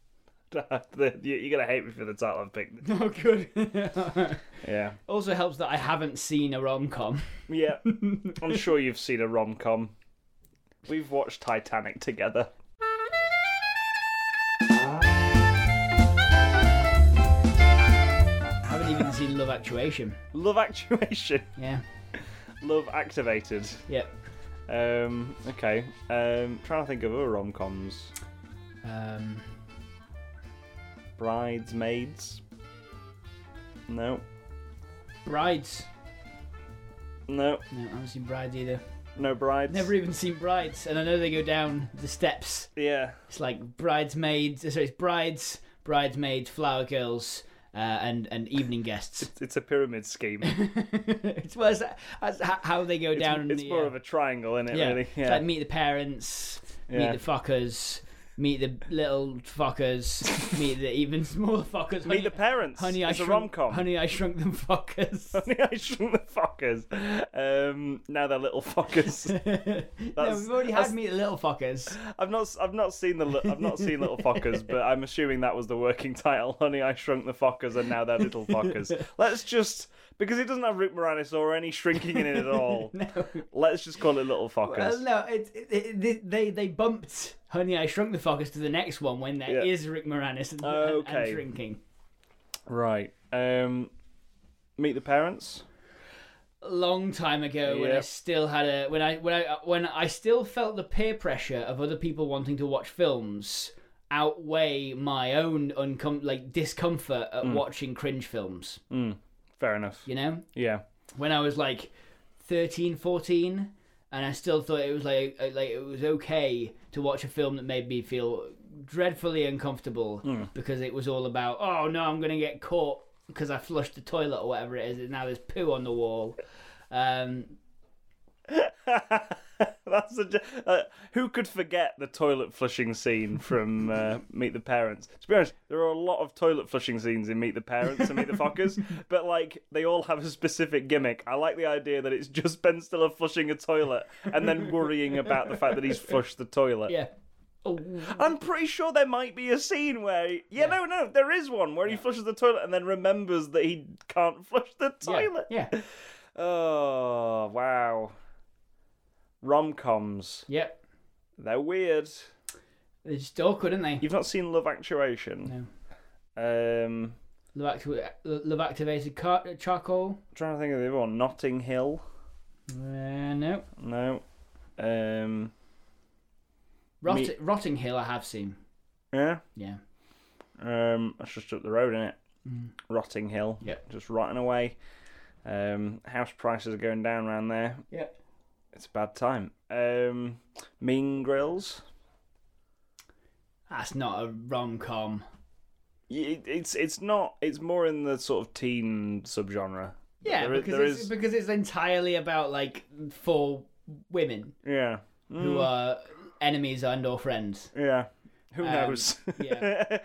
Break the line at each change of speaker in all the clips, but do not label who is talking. you- You're gonna hate me for the title I've picked.
Oh, good.
Yeah,
also helps that I haven't seen a rom com.
yeah. I'm sure you've seen a rom com. We've watched Titanic together.
I haven't even seen Love Actuation.
Love Actuation.
Yeah.
Love Activated.
Yeah.
Um, okay. Um, trying to think of other rom coms.
Um,
Bridesmaids. No,
Brides.
no,
No, I haven't seen Brides either.
no brides.
Never even seen Brides, and I know they go down the steps.
Yeah.
It's like bridesmaids. So it's brides, bridesmaids, flower girls, uh, and and evening guests.
It's a pyramid scheme.
it's well, it's, that's ho- how they go
It's,
down. in
it's
the,
more
uh,
of a triangle, isn't it?
yeah.
Really.
It's
Yeah.
like meet the parents,
Yeah.
meet the fuckers, meet the little fuckers, meet the even smaller fuckers.
Meet the
honey,
parents.
honey, I
it's a
shrunk,
rom com.
Honey, I shrunk them fuckers.
Honey, I shrunk the fuckers. Um, now they're little fuckers.
no,
That's-
we've already
that's-
had meet the little fuckers.
I've not, s- I've not seen the, li- I've not seen little fuckers, but I'm assuming that was the working title. Honey, I shrunk the fuckers, and now they're little fuckers. Let's just because it doesn't have Rick Moranis or any shrinking in it at all.
No.
Let's just call it little
Well,
fuckers.
no, it, it, it, they they bumped Honey I Shrunk the Fuckers to the next one when there
Yeah.
is Rick Moranis and, and, and
Okay.
shrinking.
Right. Um, meet the parents.
A long time ago when I
Yeah.
still had a when I when I when I still felt the peer pressure of other people wanting to watch films outweigh my own uncom- like discomfort at
Mm.
watching cringe films.
Fair enough.
You know,
Yeah.
when I was like 13, 14, and I still thought it was like uh, like it was okay to watch a film that made me feel dreadfully uncomfortable because it was all about oh no I'm gonna get caught because I flushed the toilet or whatever it is and now there's poo on the wall. Um,
That's a, uh, who could forget the toilet flushing scene from uh, Meet the Parents? To be honest, there are a lot of toilet flushing scenes in Meet the Parents and Meet the Fuckers, but like they all have a specific gimmick. I like the idea that it's just Ben Stiller flushing a toilet and then worrying about the fact that he's flushed the toilet.
yeah. Oh,
I'm pretty sure there might be a scene where, yeah, no, no, there is one where he flushes the toilet and then remembers that he can't flush the toilet.
Yeah. yeah.
Oh wow, rom coms.
Yep.
They're weird.
They're just awkward, aren't they?
You've not seen Love Actuation? No. Um,
Love, acti- love activated car- uh, charcoal.
trying to think of the other one. Notting Hill?
Uh, no.
No. Um,
Rot-
Me-
Rotting Hill, I have seen.
yeah.
Yeah.
Um, that's just up the road, isn't it? Rotting Hill.
Yep.
Just rotting away. Um, house prices are going down around there.
Yep.
It's a bad time. Um, mean Grills.
That's not a rom com.
Y- It's it's not. It's more in the sort of teen subgenre.
Yeah,
There i-
because
there
it's
is-
because it's entirely about like four women
Yeah. Mm.
who are enemies and or friends.
Yeah. Who
Um,
knows?
yeah.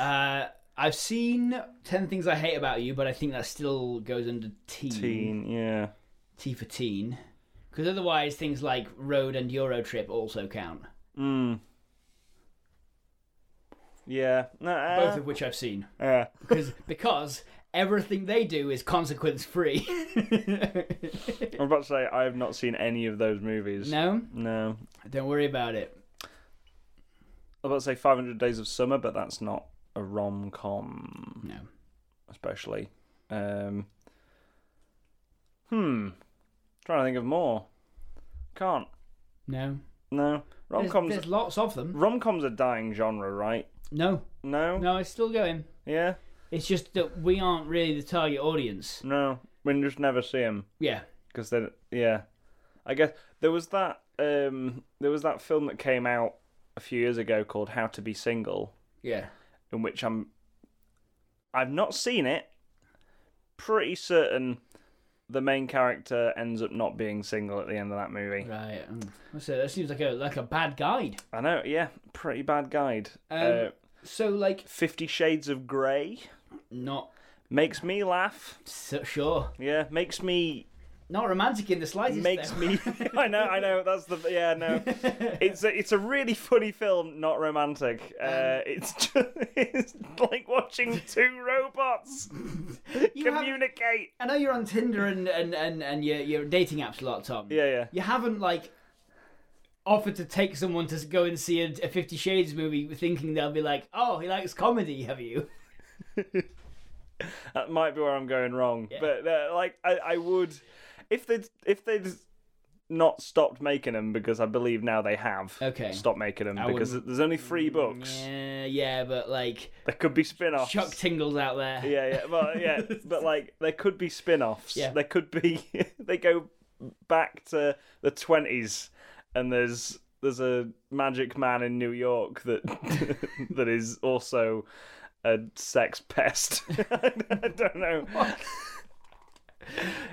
Uh, I've seen Ten Things I Hate About You, but I think that still goes under teen,
teen. Yeah.
T for teen, because otherwise things like Road and Euro Trip also count,
Mm. Yeah. No, uh,
both of which I've seen.
yeah.
Because because everything they do is consequence free.
I'm about to say I have not seen any of those movies.
no,
No.
don't worry about it.
I'm about to say 500 Days of Summer, but that's not a rom com,
No.
especially. Um. Hmm. Trying to think of more. Can't.
No,
No. Rom
there's,
coms.
there's lots of them.
Rom com's a dying genre, right?
No,
No.
No, it's still going.
Yeah.
It's just that we aren't really the target audience.
No. We just never see him.
Yeah.
because then yeah i guess there was that um there was that film that came out a few years ago called how to be single
Yeah.
in which i'm i've not seen it pretty certain the main character ends up not being single at the end of that movie
Right. mm. So that seems like a like a bad guide.
i know yeah pretty bad guide uh,
Um, So like
50 shades of grey
not
makes me laugh
so sure.
yeah makes me
Not romantic in the slightest.
makes
though.
me. I know, I know. That's the yeah. No, it's a, it's a really funny film, not romantic.
Um.
Uh, it's just it's like watching two robots
You have-
communicate.
I know you're on Tinder and and and and you're, you're dating apps a lot, Tom.
Yeah, yeah.
You haven't like offered to take someone to go and see a, a Fifty Shades movie, thinking they'll be like, "Oh, he likes comedy." Have you?
That might be where I'm going wrong, but uh, like I, I would, if they would if they'd not stopped making them because I believe now they have.
Okay.
Stopped making them
I
because
wouldn't- Mm,
there's only three books.
Yeah, Uh, yeah, but like
There could be spin-offs.
Chuck Tingle's out there.
Yeah, yeah, but yeah, but like there could be spin-offs.
Yeah.
There could be they go back to the twenties, and there's there's a magic man in New York that that is also a sex pest. I don't know.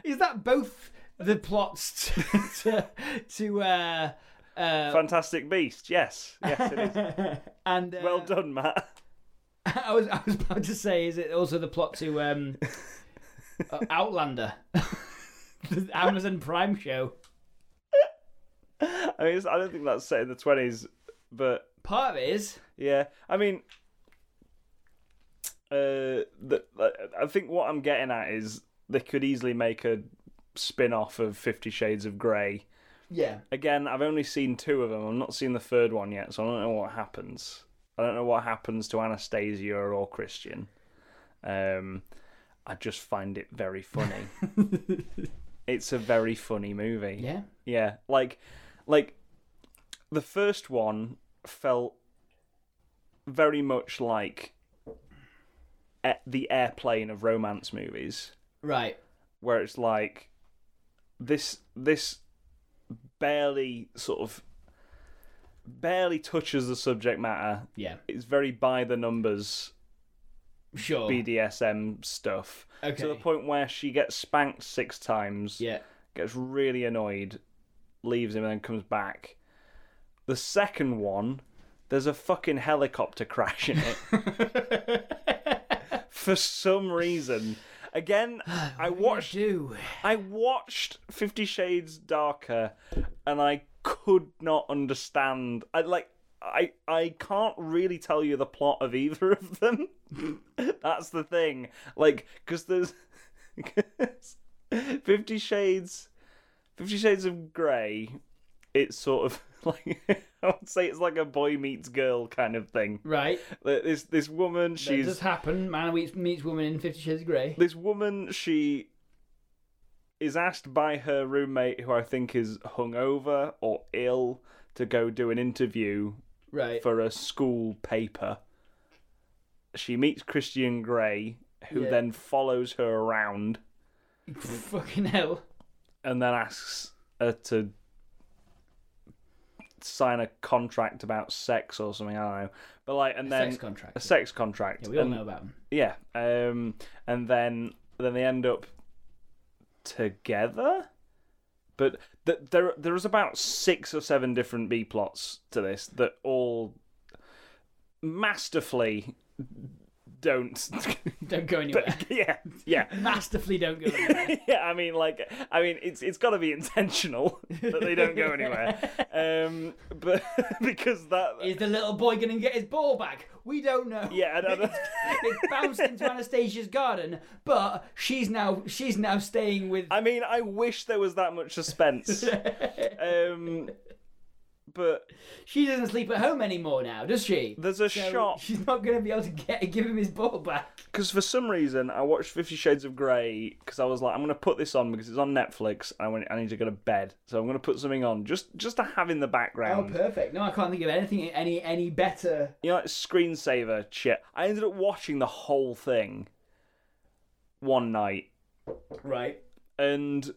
Is that both the plots to to, to uh, uh,
Fantastic Beast. Yes, yes, it is.
and uh,
Well done, Matt.
I was I was about to say, is it also the plot to um, uh, Outlander, the Amazon Prime show?
I mean, it's, I don't think that's set in the twenties, but
Part of it is
Yeah, I mean, uh, the, I think what I'm getting at is they could easily make a spin-off of Fifty Shades of Grey.
yeah.
Again, I've only seen two of them. I'm not seen the third one yet, so I don't know what happens. I don't know what happens to Anastasia or Christian. Um, I just find it very funny. it's a very funny movie.
Yeah.
Yeah, like, like the first one felt very much like a- the airplane of romance movies,
Right.
where it's like this this barely sort of barely touches the subject matter.
Yeah.
It's very by the numbers
Sure.
BDSM stuff
Oh. okay.
to the point where she gets spanked six times
Yeah.
gets really annoyed, leaves him, and then comes back. The second one, there's a fucking helicopter crash in it. For some reason. Again, I watched
Do
I watched Fifty Shades Darker and I could not understand. I like I I can't really tell you the plot of either of them. That's the thing. Like cuz there's 'cause Fifty Shades Fifty Shades of Grey it's sort of like I would say it's like a boy meets girl kind of thing.
right.
Like, This this woman
It
she's
does happen. Man meets, meets woman in Fifty Shades of Grey.
this woman she is asked by her roommate who i think is hungover or ill to go do an interview
Right.
for a school paper she meets christian grey who
Yeah.
then follows her around
Fucking hell.
and then asks her to sign a contract about sex or something i don't know but like and then
Sex
a
contract.
sex contract
Yeah, we all
and-
know about them.
yeah um and then then they end up together but th- there there is about six or seven different b plots to this that all masterfully don't
Don't go anywhere.
yeah yeah
Masterfully don't go anywhere.
yeah, I mean, like, I mean, it's it's got to be intentional that they don't go anywhere, um, but because that,
Is the little boy going to get his ball back? We don't know.
yeah, I don't know.
it bounced into Anastasia's garden, but she's now she's now staying with.
I mean, I wish there was that much suspense. um, but
She doesn't sleep at home anymore now, does she?
there's a
So
shot
She's not going to be able to get give him his ball back.
because for some reason I watched Fifty Shades of Grey because I was like, I'm gonna put this on because it's on Netflix and I went, I need to go to bed, so I'm gonna put something on just just to have in the
Oh,
background.
perfect. No, I can't think of anything any any better.
you know, like screensaver shit. I ended up watching the whole thing one night,
Right.
and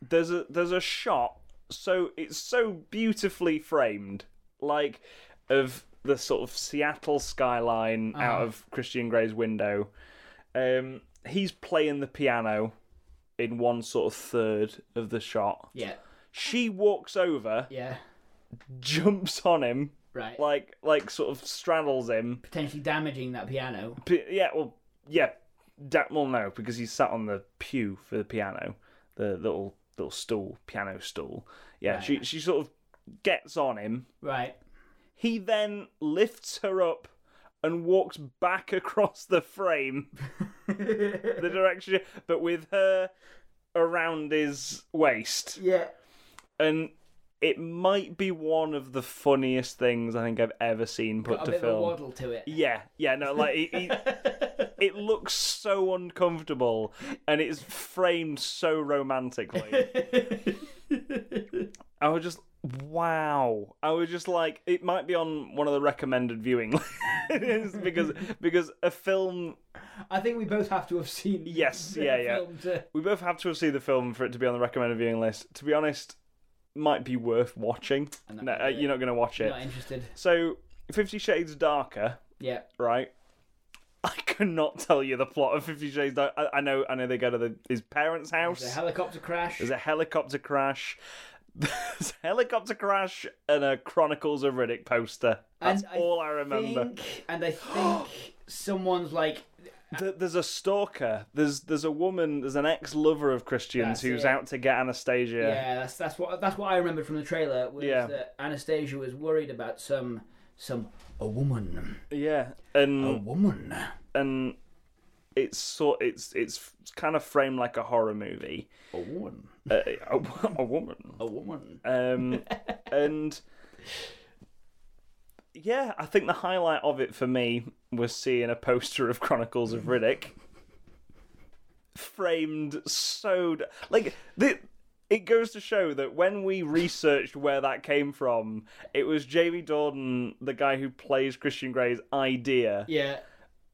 there's a there's a shot. So it's so beautifully framed, like of the sort of Seattle skyline out of Christian Grey's window. Um, he's playing the piano in one sort of third of the shot.
Yeah.
She walks over,
Yeah.
jumps on him,
Right.
like like sort of straddles him,
Potentially damaging that piano.
P- yeah, well, yeah. Da- well, no, because he sat on the pew for the piano. the little little stool, piano stool. Yeah,
Right.
she she sort of gets on him.
Right.
He then lifts her up and walks back across the frame, the direction, but with her around his waist.
Yeah.
And it might be one of the funniest things I think I've ever seen put
Got a
to
bit of a
film.
waddle to it.
Yeah, yeah, no, like he, he, it looks so uncomfortable, and it's framed so romantically. I was just wow. I was just like, it might be on one of the recommended viewing lists because because a film.
I think we both have to have seen.
Yes,
the
yeah, yeah.
film to-
We both have to have seen the film for it to be on the recommended viewing list. To be honest, might be worth watching.
I'm not
No,
gonna
uh,
do it.
you're not going to watch it.
Not interested.
So, Fifty Shades Darker,
Yeah.
right? I cannot tell you the plot of Fifty Shades Dark. I, I know, I know. They go to the, his parents' house.
The helicopter crash.
There's a helicopter crash. There's a helicopter crash and a Chronicles of Riddick poster. That's
And I
all I remember.
Think, and I think someone's like,
Th- there's a stalker. There's there's a woman. There's an ex-lover of Christians
That's
who's
it.
out to get Anastasia.
yeah. that's that's what that's what I remembered from the trailer was
Yeah.
that Anastasia was worried about some some a woman,
Yeah, and
a woman.
and it's sort it's it's kind of framed like a horror movie.
A woman,
Uh, a, a woman.
a woman.
Um, and yeah, I think the highlight of it for me was seeing a poster of Chronicles of Riddick framed so d- like the. It goes to show that when we researched where that came from, it was Jamie Dornan, the guy who plays Christian Grey's idea,
Yeah,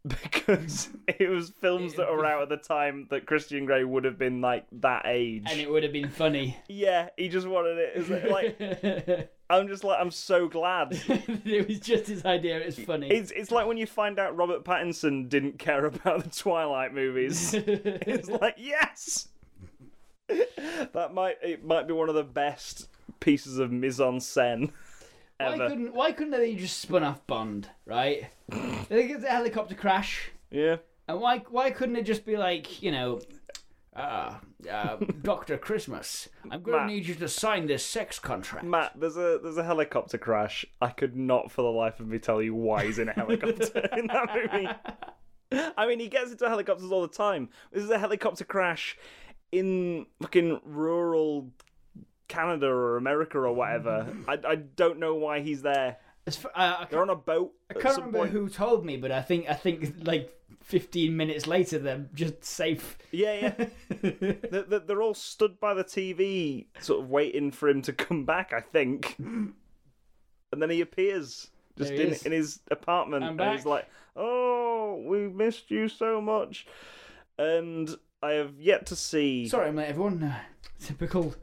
because it was films that were out at the time that Christian Grey would have been like that age.
and it would have been funny.
yeah, he just wanted it. It's like- like
it
I'm just like I'm so glad.
was just his idea. It was funny.
It's it's like when you find out Robert Pattinson didn't care about the Twilight movies. it's like yes, that might it might be one of the best pieces of mise en scène
why
ever.
couldn't Why couldn't they just spun off Bond? Right? they get the helicopter crash.
Yeah,
And why why couldn't it just be like you know, uh, uh, Doctor Christmas? I'm gonna
Matt.
need you to sign this sex contract.
Matt, there's a there's a helicopter crash. I could not for the life of me tell you why he's in a helicopter in that movie. I mean, he gets into helicopters all the time. This is a helicopter crash in fucking rural Canada or America or whatever. I, I don't know why he's there.
As fa- uh, I
They're
can't,
on a boat
I
at
can't
some
remember
point.
who told me, but I think I think like 15 minutes later they're just safe.
Yeah, yeah. they're, they're- they're all stood by the TV, sort of waiting for him to come back. I think, and then he appears just
There he
in,
is.
in his apartment,
I'm
and he's
back.
like, "Oh, we missed you so much," and I have yet to see.
Sorry, mate, everyone. Uh, typical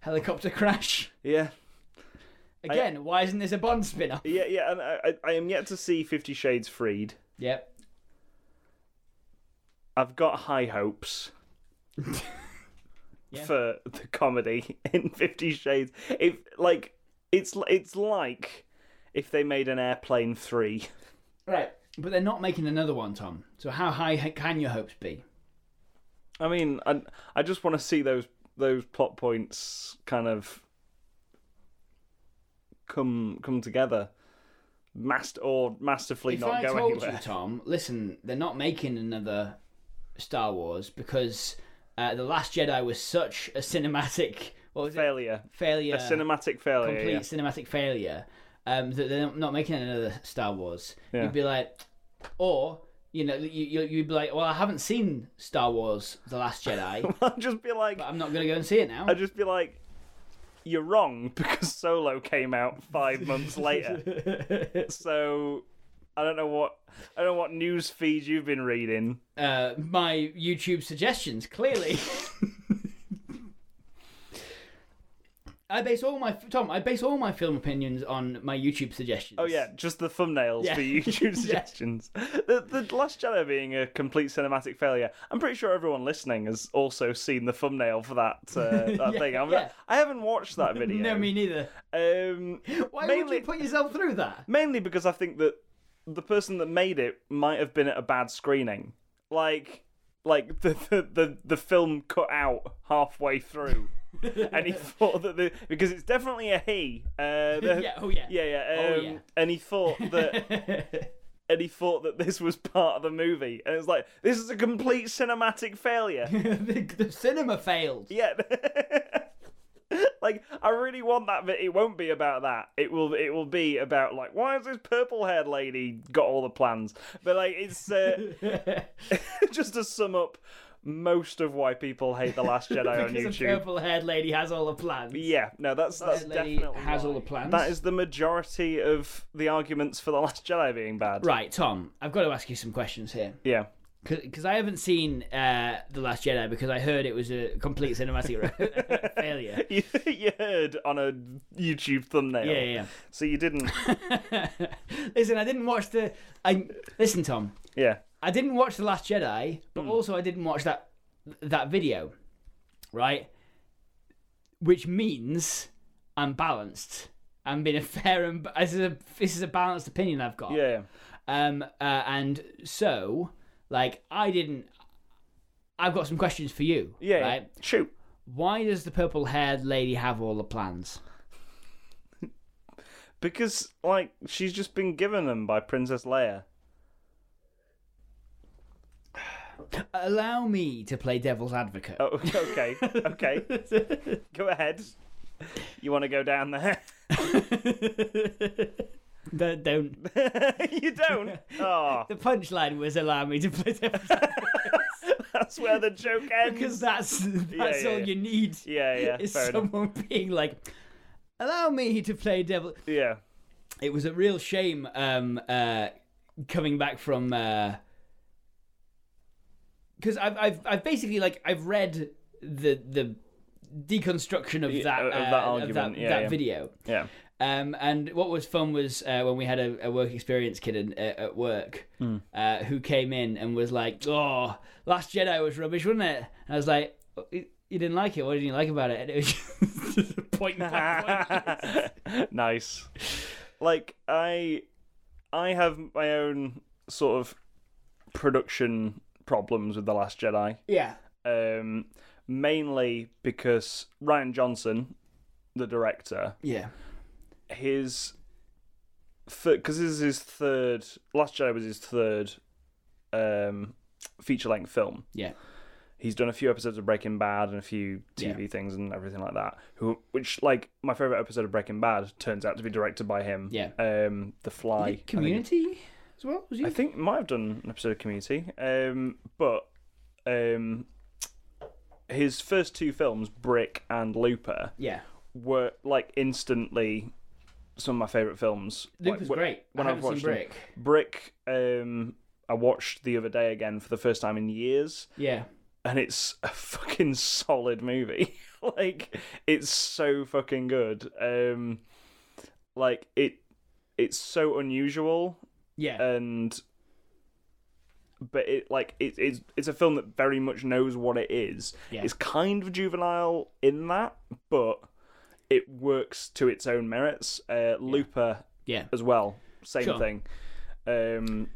helicopter crash.
Yeah,
Again, why isn't this a Bond spin-off?
yeah, yeah, and I, I, I am yet to see Fifty Shades Freed.
Yep.
I've got high hopes.
Yeah.
For the comedy in Fifty Shades, if like it's it's like if they made an Airplane Three.
Right. But they're not making another one, Tom. So how high h- can your hopes be?
I mean, I I just want to see those those plot points kind of come come together, mast or masterfully
if
not
I
go
told
anywhere.
you, Tom, listen, they're not making another Star Wars because uh, the Last Jedi was such a cinematic what was it?
Failure,
failure,
a cinematic failure.
complete cinematic failure um, that they're not making another Star Wars.
Yeah.
You'd be like, or you know, you, you you'd be like, well, I haven't seen Star Wars: The Last Jedi,
yeah. I'd just be like,
but I'm not going to go and see it now.
I'd just be like, you're wrong because Solo came out five months later. so I don't know what I don't know what news feed you've been reading.
uh, my YouTube suggestions, clearly. I base all my Tom. I base all my film opinions on my YouTube suggestions.
Oh yeah, just the thumbnails
Yeah.
for YouTube suggestions. the, the Last Jedi being a complete cinematic failure. I'm pretty sure everyone listening has also seen the thumbnail for that uh, that
Yeah,
thing. I'm,
yeah.
I haven't watched that video.
No, me neither.
um,
Why would
mainly
you put yourself through that?
mainly because I think that the person that made it might have been at a bad screening. Like like the the, the, the film cut out halfway through, and he thought that the because it's definitely a he. Uh, the-
yeah, oh yeah.
yeah, yeah,
Oh,
um,
yeah.
And he thought that and he thought that this was part of the movie, and it's like this is a complete cinematic failure.
the, the cinema failed.
Yeah. like I really want that but it won't be about that. It will it will be about like why has this purple haired lady got all the plans? But like it's uh, just to sum up most of why people hate The Last Jedi on
because the
YouTube.
purple haired lady has all the plans.
Yeah, no, that's that's
Haired lady
definitely
has
why.
all the plans.
That is the majority of the arguments for The Last Jedi being bad.
Right, Tom, I've got to ask you some questions here.
Yeah.
Because I haven't seen uh, The Last Jedi because I heard it was a complete cinematic re- failure.
You, you heard on a YouTube thumbnail.
Yeah, yeah.
So you didn't.
yeah. listen, I didn't watch the. I Listen, Tom,
Yeah.
I didn't watch The Last Jedi, but
Hmm.
also I didn't watch that that video, right? Which means I'm balanced. I'm being a fair and this is a this is a balanced opinion I've got.
Yeah.
Um, uh, and so, like, I didn't. I've got some questions for you.
Yeah.
Right?
Shoot.
Why does the purple-haired lady have all the plans?
Because like she's just been given them by Princess Leia.
Allow me to play devil's advocate.
Oh, okay, okay. go ahead. You want to go down there?
Don't- don't.
you don't. Oh,
The punchline was allow me to play devil's advocate
that's where the joke ends.
because that's that's
yeah,
all
yeah.
you need
Yeah, yeah.
is
fair enough.
someone being like, allow me to play devil.
Yeah.
it was a real shame um, uh, coming back from because I've, I've I've basically like I've read the the deconstruction of
Yeah,
that
of that
uh,
argument, yeah,
that
yeah.
video.
Yeah.
Um, and what was fun was uh, when we had a, a work experience kid in, uh, at work
Hmm.
uh, who came in and was like, "Oh, Last Jedi was rubbish, wasn't it?" And I was like, "Oh, "You you didn't like it? What did you like about it?" And it was just a point by point.
nice. Like I, I have my own sort of production problems with the Last Jedi.
yeah,
Um, mainly because Ryan Johnson, the director,
yeah,
his because this is his third last jedi was his third um feature-length film
yeah.
he's done a few episodes of breaking bad and a few tv things and everything like that who which like my favorite episode of breaking bad turns out to be directed by him
Yeah.
um the fly I think-
community as well. Was
I
you?
think might have done an episode of Community, um, but um, his first two films, Brick and Looper,
Yeah,
were like instantly some of my favorite films.
Luke was
like, wh-
great.
when
I
I've
haven't seen
watched them.
Brick.
Brick, um, I watched the other day again for the first time in years,
Yeah,
and it's a fucking solid movie. like, it's so fucking good. Um, like it, it's so unusual,
yeah,
and but it like it, it's it's a film that very much knows what it is.
Yeah.
It's kind of juvenile in that, but it works to its own merits. Uh, Looper
yeah.
as well. Same
Sure.
thing. Um,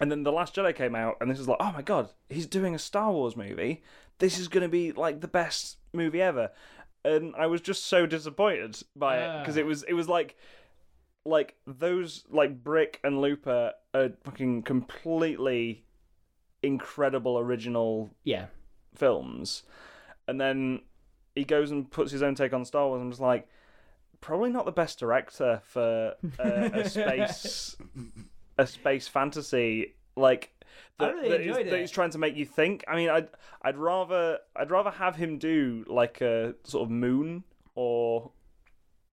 and then The Last Jedi came out, and this is like, oh my god, he's doing a Star Wars movie. This is going to be like the best movie ever. And I was just so disappointed by it because
Ah.
it was it was like like those like Brick and Looper are fucking completely incredible original
Yeah,
films, and then he goes and puts his own take on Star Wars. and I'm just like, probably not the best director for uh, a space a space fantasy like
I
that,
really
that is-
enjoyed
that
it.
he's trying to make you think. I mean, I'd I'd rather I'd rather have him do like a sort of moon or.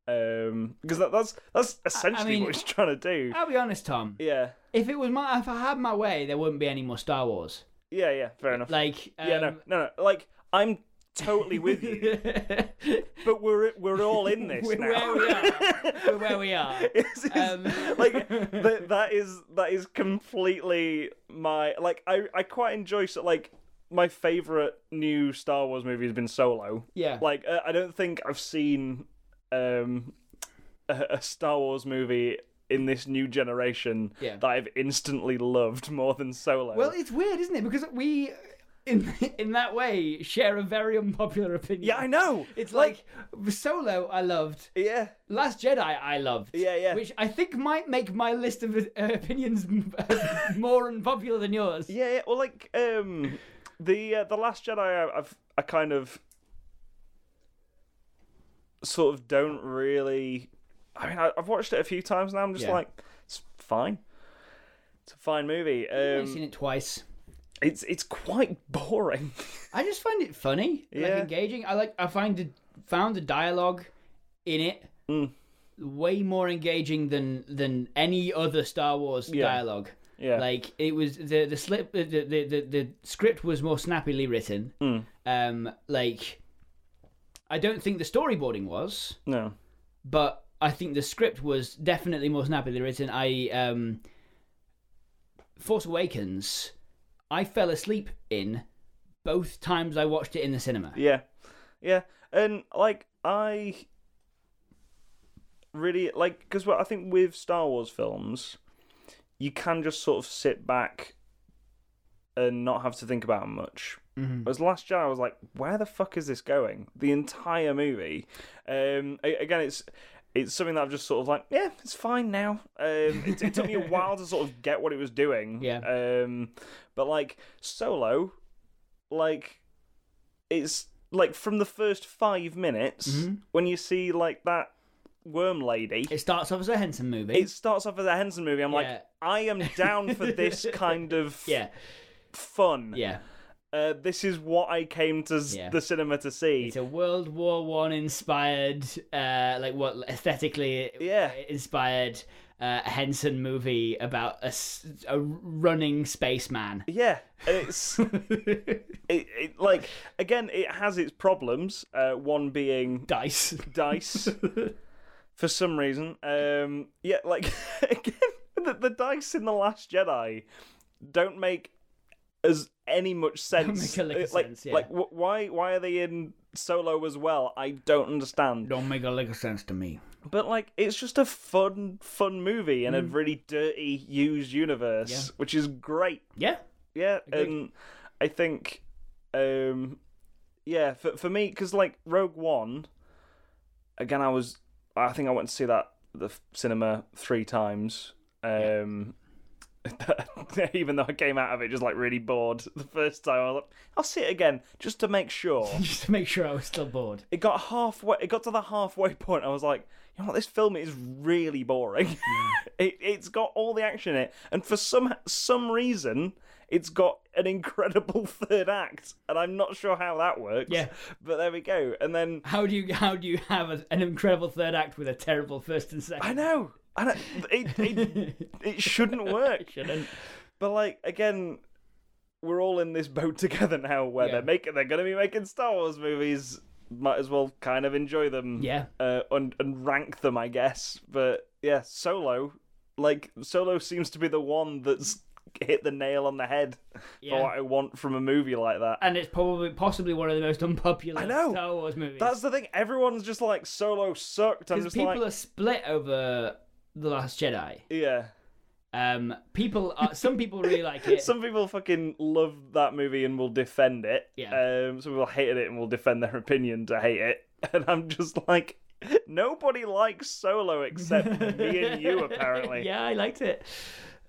Um, because that, that's that's essentially
mean-
what he's trying to do.
I'll be honest, Tom.
Yeah,
If it was my, if I had my way, there wouldn't be any more Star Wars.
yeah, yeah. Fair enough.
Like, um,
yeah, no, no, no. Like I'm totally with you. But we're we're all in this
we're
now.
where we are. we're where we are.
It's- it's-
Um.
like that, that is that is completely my like I I quite enjoy so like my favorite new Star Wars movie has been Solo.
Yeah,
Like uh, I don't think I've seen um a, a Star Wars movie in this new generation
Yeah.
that I've instantly loved more than Solo.
Well, it's weird, isn't it? Because we, in in that way share a very unpopular opinion.
Yeah, I know.
It's like, Solo, I loved.
yeah,
Last Jedi, I loved.
Yeah, yeah.
Which I think might make my list of uh, opinions more unpopular than yours.
yeah, yeah. Well, like um, the uh, the Last Jedi, I, I've I kind of sort of don't really. I mean, I, I've watched it a few times now. I'm just
Yeah.
like, it's fine. It's a fine movie.
I've
Um,
seen it twice.
it's it's quite boring.
I just find it funny,
Yeah.
like engaging. I like I find the found the dialogue in it
Mm.
way more engaging than than any other Star Wars
Yeah.
dialogue.
Yeah.
Like it was the the slip the the, the, the script was more snappily written.
Mm.
Um, like I don't think the storyboarding was,
no.
but I think the script was definitely more snappily written. I um, Force Awakens, I fell asleep in both times I watched it in the cinema.
Yeah. Yeah. And like I really like cuz I think with Star Wars films you can just sort of sit back and not have to think about 'em much.
Mhm.
Whereas Last Jedi, I was like, "Where the fuck is this going?" The entire movie. Um, a- again, it's it's something that I've just sort of like, yeah, it's fine now. Um, it, it took me a while to sort of get what it was doing.
Yeah.
Um, but like Solo, like it's like from the first five minutes when you see like that worm lady.
Mm-hmm. It starts off as a Henson movie.
It starts off as a Henson movie. I'm
Yeah.
like, I am down for this kind of
yeah,
fun.
yeah.
Uh, this is what I came to s
Yeah.
the cinema to see.
It's a World War One inspired, uh, like what aesthetically
Yeah.
inspired uh, Henson movie about a, s- a running spaceman.
Yeah, and it's it, it, like again, it has its problems. Uh, one being
Dice.
dice for some reason. Um, yeah, like again, the, the dice in the Last Jedi don't make as any much sense.
make a lick of
Uh, like,
sense, yeah.
like wh- why why are they in Solo as well? I don't understand.
Don't make a lick of sense to me.
But like, it's just a fun fun movie in a really dirty, used universe,
Yeah.
which is great.
Yeah.
Yeah, and I think, um, yeah, for for me, because like Rogue One, again, I was, I think I went to see that at the f- cinema three times. Um, even though I came out of it just like really bored the first time, I was like, I'll see it again just to make sure.
Just to make sure I was still bored.
it got halfway. It got to the halfway point. I was like, you know what, this film is really boring. it, it's got all the action in it, and for some some reason, it's got an incredible third act, and I'm not sure how that works.
Yeah.
but there we go. And then
How do you how do you have a, an incredible third act with a terrible first and
I
second?
know, I know it, it it shouldn't work.
Shouldn't.
But like again, we're all in this boat together now, where
Yeah.
they're making they're going to be making Star Wars movies. Might as well kind of enjoy them,
Yeah.
uh, and and rank them, I guess. But yeah, Solo, like Solo, seems to be the one that's hit the nail on the head
Yeah.
for what I want from a movie like that.
And it's probably possibly one of the most unpopular
I know.
Star Wars movies.
That's the thing. Everyone's just like Solo sucked. I'm
because
just
people
like,
are split over the Last Jedi.
yeah.
Um, people are some people really like it.
Some people fucking love that movie and will defend it.
Yeah.
Um, some people hated it and will defend their opinion to hate it. And I'm just like, nobody likes Solo except me and you, apparently.
yeah, I liked it.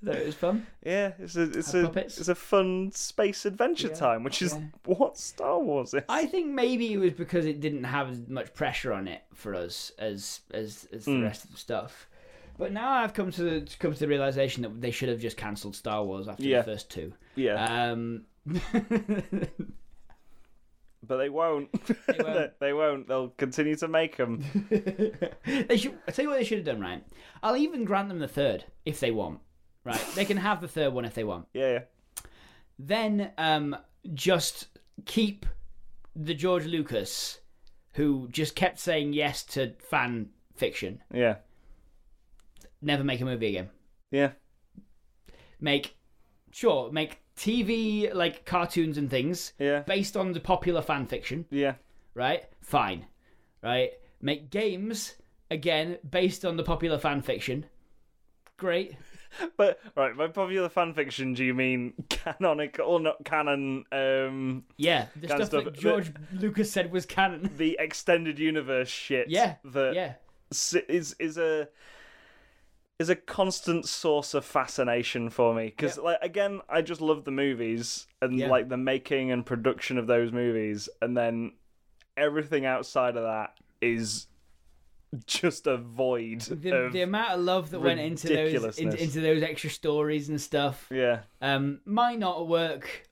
That it was fun.
Yeah, it's a it's
Have
a
puppets.
it's a fun space adventure time, which is
yeah.
what Star Wars is.
I think maybe it was because it didn't have as much pressure on it for us as as as
Hmm.
the rest of the stuff. But now I've come to the come to the realization that they should have just cancelled Star Wars after
Yeah.
the first two.
yeah,
Um,
but they won't.
They won't.
they won't. They'll continue to make them.
they should. I tell you what they should have done. Right, I'll even grant them the third if they want. Right, they can have the third one if they want.
Yeah, yeah.
then um, just keep the George Lucas, who just kept saying yes to fan fiction.
yeah,
Never make a movie again.
yeah,
Make sure make TV like cartoons and things
yeah,
based on the popular fan fiction,
yeah.
right? Fine, right? Make games again based on the popular fan fiction. Great.
But right, by popular fan fiction, do you mean canonical, not canon? Um,
Yeah, the
Can't
stuff
stop
that
it.
George Lucas said was canon.
the extended universe shit.
Yeah,
that
yeah,
s- is is a is a constant source of fascination for me because like again i just love the movies and
Yeah.
like the making and production of those movies and then everything outside of that is just a void
the,
of
the amount of love that went into those in,
ridiculousness.
into those extra stories and stuff
yeah
um, might not work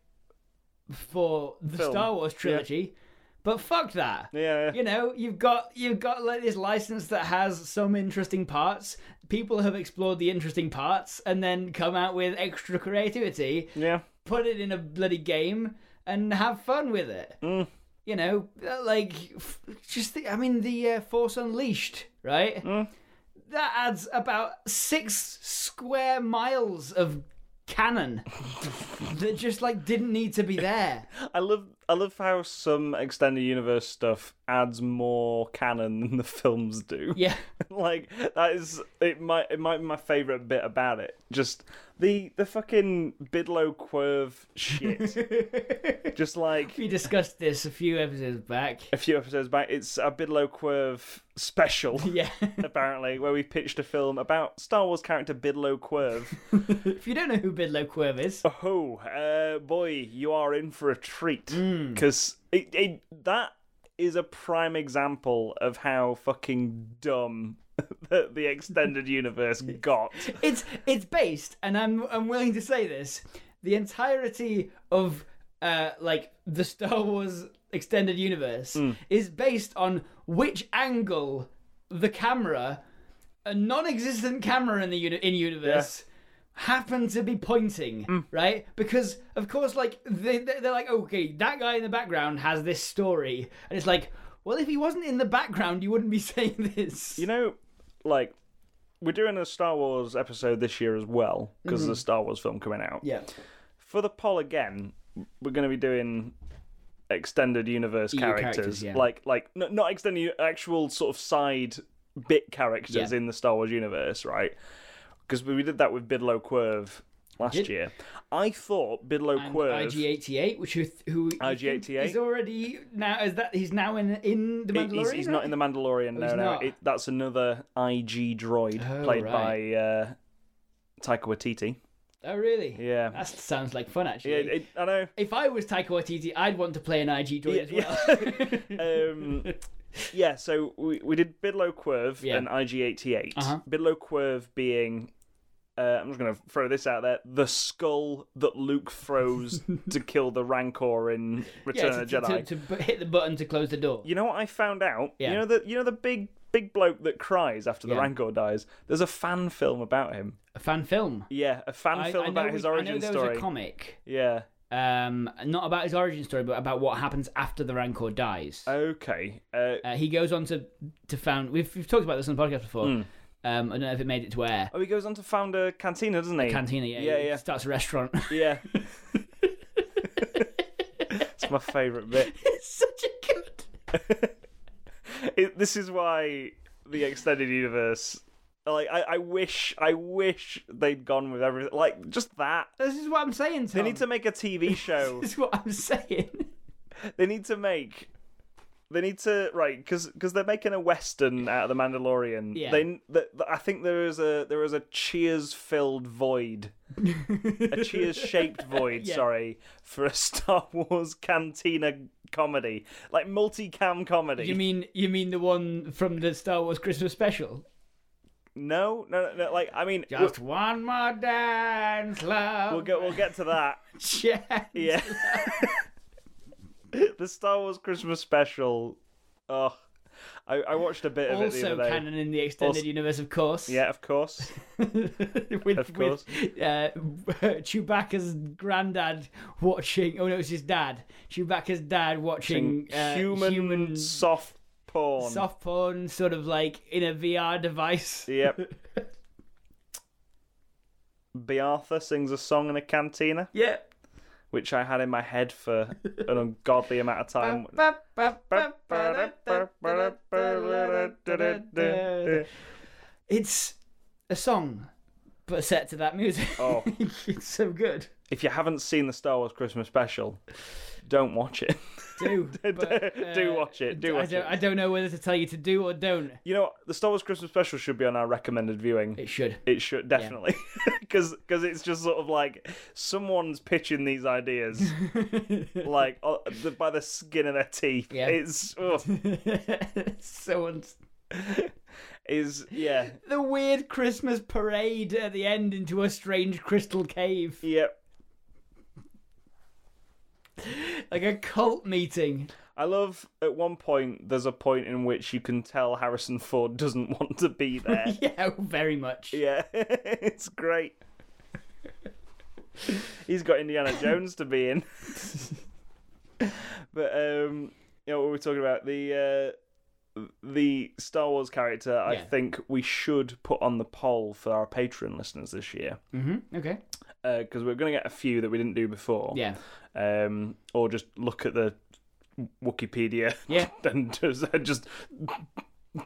for the
Film.
Star Wars trilogy, but fuck that.
yeah
You know, you've got you've got like this license that has some interesting parts. People have explored the interesting parts and then come out with extra creativity,
yeah
put it in a bloody game, and have fun with it.
Mm.
You know, uh, like f- just the, I mean the uh, Force Unleashed, right?
Mm.
That adds about six square miles of canon that just like didn't need to be there.
i love i love how some extended universe stuff adds more canon than the films do
Yeah.
like that is it might it might be my favorite bit about it just the the fucking bidlow querv shit just like
We discussed this a few episodes back.
a few episodes back it's a bidlow querv special
Yeah.
apparently where we pitched a film about star wars character bidlow querv
if you don't know who Bidlow Quirv is,
oh uh boy you are in for a treat because it, it that is a prime example of how fucking dumb the, the extended universe got
it's it's based, and I'm I'm willing to say this, the entirety of uh like the Star Wars extended universe is based on which angle the camera, a non-existent camera in the uni- in universe. Happen to be pointing, right? Because of course, like they, they- they're like, okay, that guy in the background has this story, and it's like, well, if he wasn't in the background, you wouldn't be saying this.
You know, like we're doing a Star Wars episode this year as well because the Star Wars film coming out.
Mm-hmm. yeah,
For the poll again, we're going to be doing extended universe characters,
E characters, yeah.
like like n- not extended u- actual sort of side bit characters
Yeah.
in the Star Wars universe, right? Because we we did that with Bidlow Quirv last
did.
year. I thought Bidlow
and
Quirv
IG88, which who, who
IG88?
is already now is that he's now in in the
He-
Mandalorian.
He's, he's not
right?
in the Mandalorian. No,
Oh, he's
no,
not.
it, that's another IG droid
Oh,
played
right.
by uh, Taika Waititi.
Oh really?
Yeah,
That sounds like fun actually.
Yeah, it, I know.
if I was Taika Waititi, I'd want to play an IG droid as
Yeah,
well.
Um, yeah, so we, we did Bidlow Quirv
Yeah.
and IG88.
Uh-huh.
Bidlow Quirv being, uh, I'm just going to throw this out there, the skull that Luke throws to kill the Rancor in
yeah,
Return
to,
of the
to,
Jedi.
to, to bu- hit the button to close the door.
You know what I found out?
Yeah.
You know the you know the big big bloke that cries after the
Yeah.
Rancor dies. There's a fan film about him.
A fan film.
Yeah, a fan
I,
film
I know
about
we-
his
I know
origin
there was
story.
a comic,
yeah.
um, not about his origin story, but about what happens after the Rancor dies.
Okay. Uh,
Uh, he goes on to to found. We've, we've talked about this on the podcast before.
Hmm.
Um, I don't know if it made it to air.
oh, he goes on to found a cantina, doesn't he?
Cantina, yeah,
Yeah,
he
yeah.
Starts a restaurant.
Yeah. it's my favourite bit.
it's such a good.
It, this is why the extended universe. Like I, I wish, I wish they'd gone with everything. Like just that.
This is what I'm saying.
They
Tom.
need to make a TV show.
This is what I'm saying.
they need to make. They need to right because they're making a western out of the Mandalorian.
Yeah.
They, th th- I think there is a there is a Cheers filled void, a Cheers shaped void.
Yeah.
Sorry for a Star Wars cantina comedy, like multi-cam comedy.
You mean you mean the one from the Star Wars Christmas special?
no, no, no, no. Like I mean,
Just one more dance, love.
we'll, we'll get we'll get to that.
chance.
Yeah. the Star Wars Christmas special. Oh, I, I watched a bit of it the
Also
other day.
canon in the extended
Also-
universe, of course.
Yeah, of course.
with
Of course.
with uh, Chewbacca's granddad watching. Oh no, it's his dad. Chewbacca's dad watching uh,
human,
human
soft porn.
soft porn, sort of like in a VR device.
Yep. B. Arthur sings a song in a cantina,
Yeah.
which I had in my head for an ungodly amount of time.
It's a song but set to that music.
Oh.
it's so good.
If you haven't seen the Star Wars Christmas special, don't watch it.
Do but, uh,
do watch it. Do
I
watch
don't,
it.
I don't know whether to tell you to do or don't.
You know, what? the Star Wars Christmas special should be on our recommended viewing.
It should.
It should definitely, because it's just sort of like someone's pitching these ideas like uh, the, by the skin of their teeth.
Yeah.
It's oh,
so uns-
is yeah
the weird Christmas parade at the end into a strange crystal cave,
yeah.
like a cult meeting.
I love at one point there's a point in which you can tell Harrison Ford doesn't want to be there.
Yeah, very much.
yeah, it's great. He's got Indiana Jones to be in. but um you know what we were talking about the uh the Star Wars character I
Yeah.
think we should put on the poll for our Patreon listeners this year
Mm-hmm. Okay.
because we're going to get a few that we didn't do before
Yeah.
um, or just look at the Wikipedia.
Yeah.
and just, just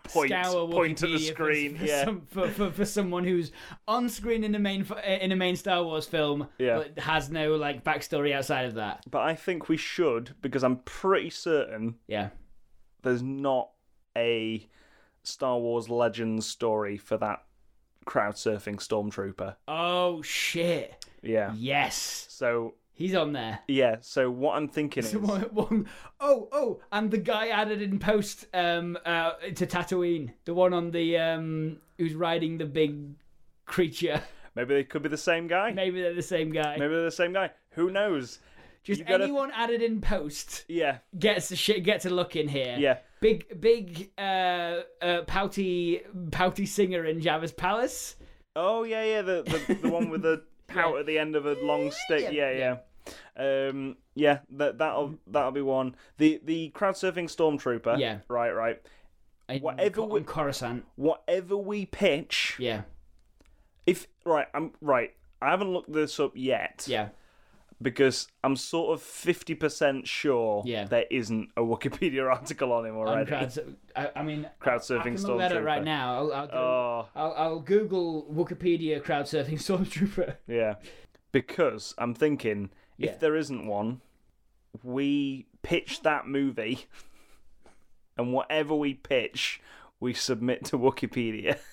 point
Scour
point to the
Wikipedia for-
screen.
for,
yeah,
some- for, for, for someone who's on screen in a main f- eh, in a main Star Wars film,
Yeah.
but has no like backstory outside of that.
but I think we should because I'm pretty certain
Yeah.
there's not a Star Wars Legends story for that crowd surfing stormtrooper.
Oh shit!
Yeah.
Yes,
So
he's on there.
yeah. So what I'm thinking is.
One- one- oh, oh, and the guy added in post um, uh, to Tatooine, the one on the um, who's riding the big creature.
Maybe they could be the same guy.
Maybe they're the same guy.
Maybe they're the same guy. Who knows?
Just
you gotta-
anyone added in post
Yeah,
gets a shit, gets a look in here.
yeah.
Big, big, uh, uh, pouty, pouty singer in Java's palace.
Oh yeah, yeah, the the, the one with the pout at the end of a long stick. Yeah, yeah. Um, yeah, that that'll that'll be one. The the crowd surfing stormtrooper.
Yeah.
Right, right.
In
Whatever
Cor-
we-
in Coruscant.
Whatever we pitch,
Yeah,
if right, I'm right. I haven't looked this up yet
yeah,
because I'm sort of fifty percent sure
Yeah.
there isn't a Wikipedia article on him
On
already.
crowd, I, I mean,
Crowd
I can
surfing
look that up
stormtrooper.
right now. I'll, I'll, do-
Oh
I'll, I'll Google Wikipedia crowd surfing stormtrooper.
yeah, because I'm thinking
Yeah.
if there isn't one, we pitch that movie, and whatever we pitch, we submit to Wikipedia.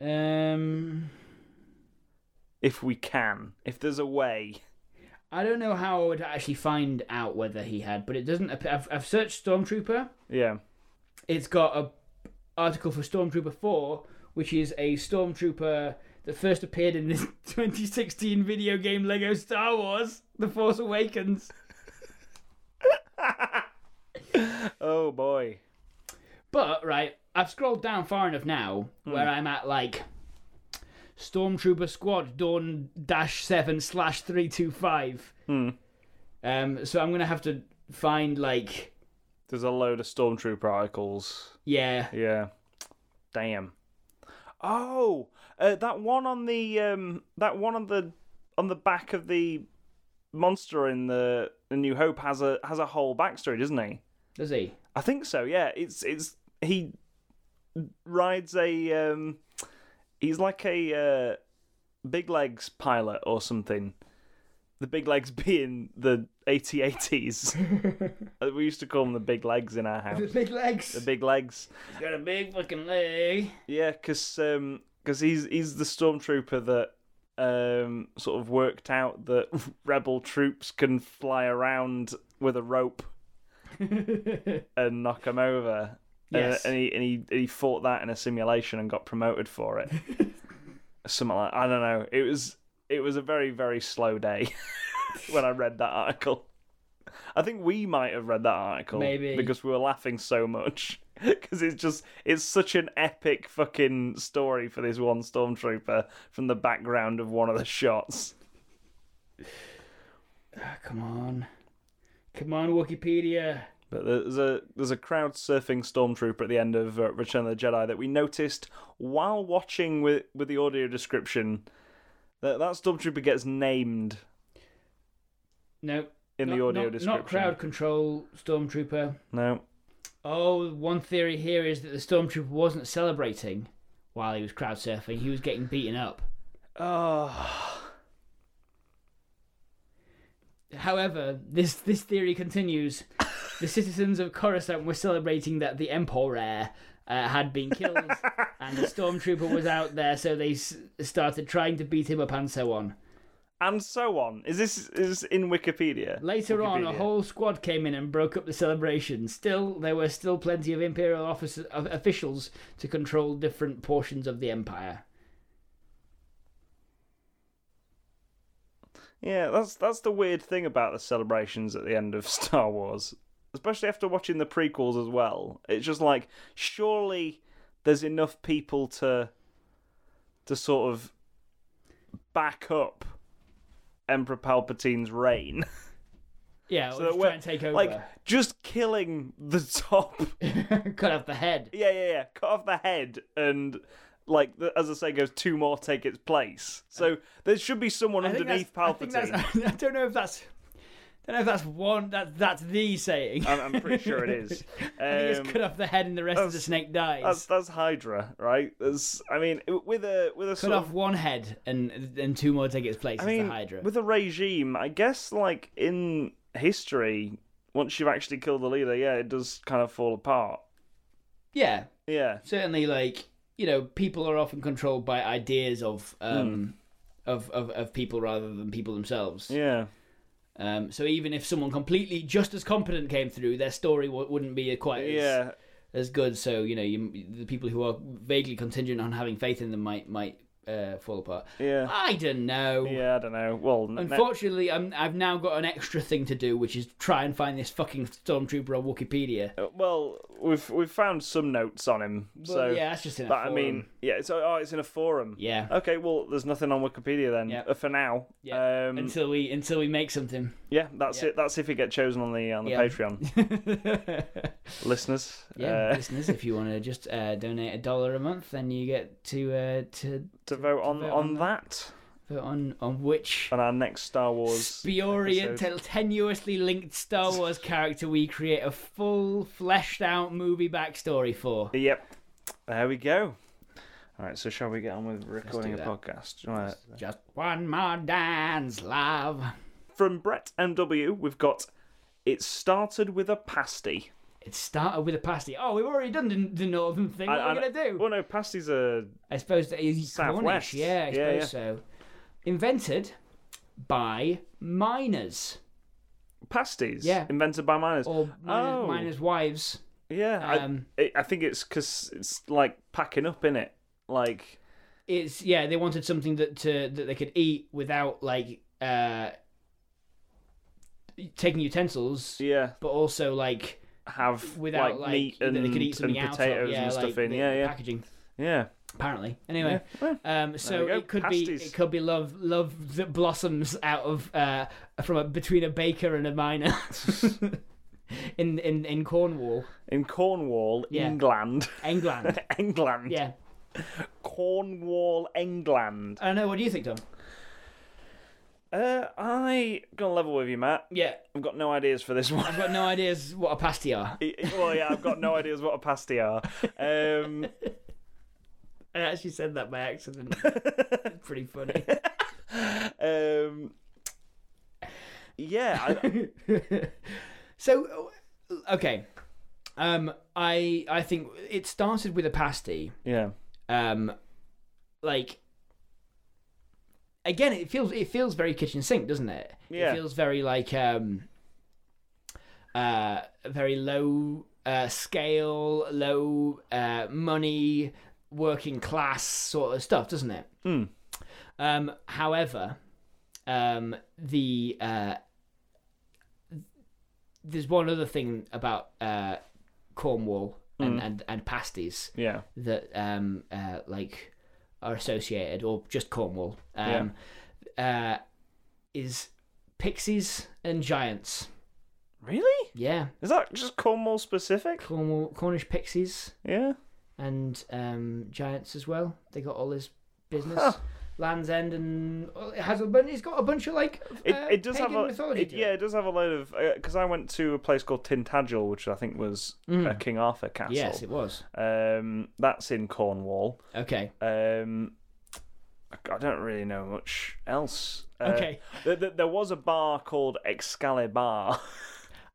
Um,
If we can, if there's a way,
I don't know how I would actually find out whether he had, but it doesn't. app- I've, I've searched Stormtrooper.
yeah,
It's got a article for Stormtrooper Four, which is a Stormtrooper that first appeared in the 2016 video game Lego Star Wars: The Force Awakens.
oh boy,
But right, I've scrolled down far enough now where I'm at like Stormtrooper Squad Dawn Dash Seven Slash Three Two Five. Um, so I'm gonna have to find like
there's a load of stormtrooper articles.
yeah
Yeah, damn. Oh, uh, that one on the um, that one on the on the back of the monster in the, the New Hope has a has a whole backstory, doesn't he?
does he?
I think so. Yeah, it's it's he rides a um, he's like a uh, big legs pilot or something. The big legs being the AT-ATs. we used to call them the big legs in our house.
big legs.
The big legs.
He's got a big fucking leg.
Yeah, because he's he's the stormtrooper that um sort of worked out that rebel troops can fly around with a rope and knock him over. And-
Yes.
And, he, and he and he fought that in a simulation and got promoted for it. Something like I don't know. It was it was a very very slow day when I read that article. I think we might have read that article
Maybe.
because we were laughing so much because it's just it's such an epic fucking story for this one stormtrooper from the background of one of the shots.
Ah, come on, come on, Wikipedia.
But there's a there's a crowd surfing stormtrooper at the end of uh, Return of the Jedi that we noticed while watching with with the audio description that that stormtrooper gets named
No,
in
not,
the audio
not,
description.
Not crowd control Stormtrooper.
No.
Oh, one theory here is that the Stormtrooper wasn't celebrating while he was crowd surfing. He was getting beaten up. Ah.
Oh.
However, this this theory continues. the citizens of Coruscant were celebrating that the Emperor uh, had been killed, and the stormtrooper was out there, so they s- started trying to beat him up and so on.
And so on. Is this is this in Wikipedia?
Later on, a
Wikipedia.
whole squad came in and broke up the celebration. Still, there were still plenty of imperial officers, of officials to control different portions of the empire.
Yeah, that's that's the weird thing about the celebrations at the end of Star Wars, especially after watching the prequels as well. It's just like surely there's enough people to to sort of back up Emperor Palpatine's reign.
Yeah,
So
so
that we're-
try and take over.
Like just killing the top.
Cut off the head.
Yeah, yeah, yeah. Cut off the head and like the, as I say goes two more take its place. So there should be someone underneath Palpatine.
I, don't know if that's. I don't know if that's one. That that's the saying.
I'm, I'm pretty sure it is.
He
Um,
gets cut off the head and the rest of the
that's-
snake dies.
That's that's Hydra, right? That's I mean, with a with a
cut
sort
off
of,
one head and and two more take its place.
I
it's
mean,
the Hydra.
with a regime, I guess like in history, once you've actually killed the leader, yeah, it does kind of fall apart.
Yeah,
Yeah,
certainly. Like you know, people are often controlled by ideas of um of, of of people rather than people themselves.
Hmm. yeah,
Um, so even if someone completely just as competent came through, their story w- wouldn't be quite as,
yeah.
as good. So you know, you, the people who are vaguely contingent on having faith in them might might uh, fall apart.
Yeah.
I don't know.
Yeah, I don't know. Well, n- ne-
Unfortunately, I'm, I've now got an extra thing to do, which is try and find this fucking stormtrooper on Wikipedia.
uh, well, we've we've found some notes on him.
Well,
so,
yeah, that's just in a
but I
forum.
mean, yeah. So, oh, it's in a forum.
yeah.
Okay, well, there's nothing on Wikipedia then
Yeah.
uh, for now.
Yeah.
Um,
until we until we make something.
yeah, that's
yeah.
it. That's if you get chosen on the on the
Yeah.
Patreon, listeners.
yeah,
uh,
listeners, if you want to just uh, donate a dollar a month, then you get to uh, to
to vote on,
vote
on
on
that
vote on on which
on our next Star Wars.
spurious,
episode.
tenuously linked Star Wars character we create a full fleshed out movie backstory for.
Yep, there we go. All right, so shall we get on with recording a
do that.
podcast? Do you wanna-
Just one more dance, love.
From Brett MW, we've got it started with a pasty.
It started with a pasty. Oh, we've already done the, the northern thing. What
I-
are we
I-
gonna do?
Well, no, pasties are
I suppose that he's
Southwest.
Cornish. Yeah, I
Yeah,
suppose so. Invented by miners
pasties.
Yeah.
invented by miners.
or miners,
Oh.
miners' wives.
yeah, I-
Um,
I, I think it's because it's like packing up in it. Like,
It's yeah, they wanted something that to, that they could eat without like uh, taking utensils,
yeah,
but also like
have
without like,
meat and,
that they could eat
and
something out
potatoes
of. Yeah,
and
like,
stuff in.
the
Yeah, yeah,
packaging.
yeah.
Apparently, anyway.
Yeah.
Um,
we
so
go.
it could
Pasties.
be it could be love love that blossoms out of uh, from a, between a baker and a miner in, in in Cornwall,
In Cornwall,
Yeah.
England.
England.
England.
yeah,
Cornwall, England.
I don't know. What do you think, Tom?
Uh, I gonna level with you, Matt.
Yeah,
I've got no ideas for this one.
I've got no ideas what a pasty are.
well, yeah, I've got no ideas what a pasty are. Um,
I actually said that by accident. Pretty funny.
um, yeah, I,
so, okay, um, I I think it started with a pasty.
yeah,
um like again it feels it feels very kitchen sink doesn't it
Yeah.
it feels very like um uh very low uh scale low uh money working class sort of stuff doesn't it
Hmm.
um however um the uh there's one other thing about uh cornwall
Hmm.
and, and and pasties
yeah,
that um uh, like are associated or just Cornwall um uh is pixies and giants.
really?
Yeah,
Is that just Cornwall specific?
Cornwall Cornish pixies
Yeah,
and um giants as well. They got all this business.
Huh.
Land's End, and well, it has a bunch. It's got a bunch of like f-
It,
uh,
it does
pagan
have a
mythology.
it,
to
yeah, it does have a load of because I went to a place called Tintagel, which I think was a King Arthur castle.
Mm. Yes, it was.
um, that's in Cornwall.
Okay.
Um, I- I don't really know much else. Uh,
Okay.
th- th- there was a bar called Excalibur.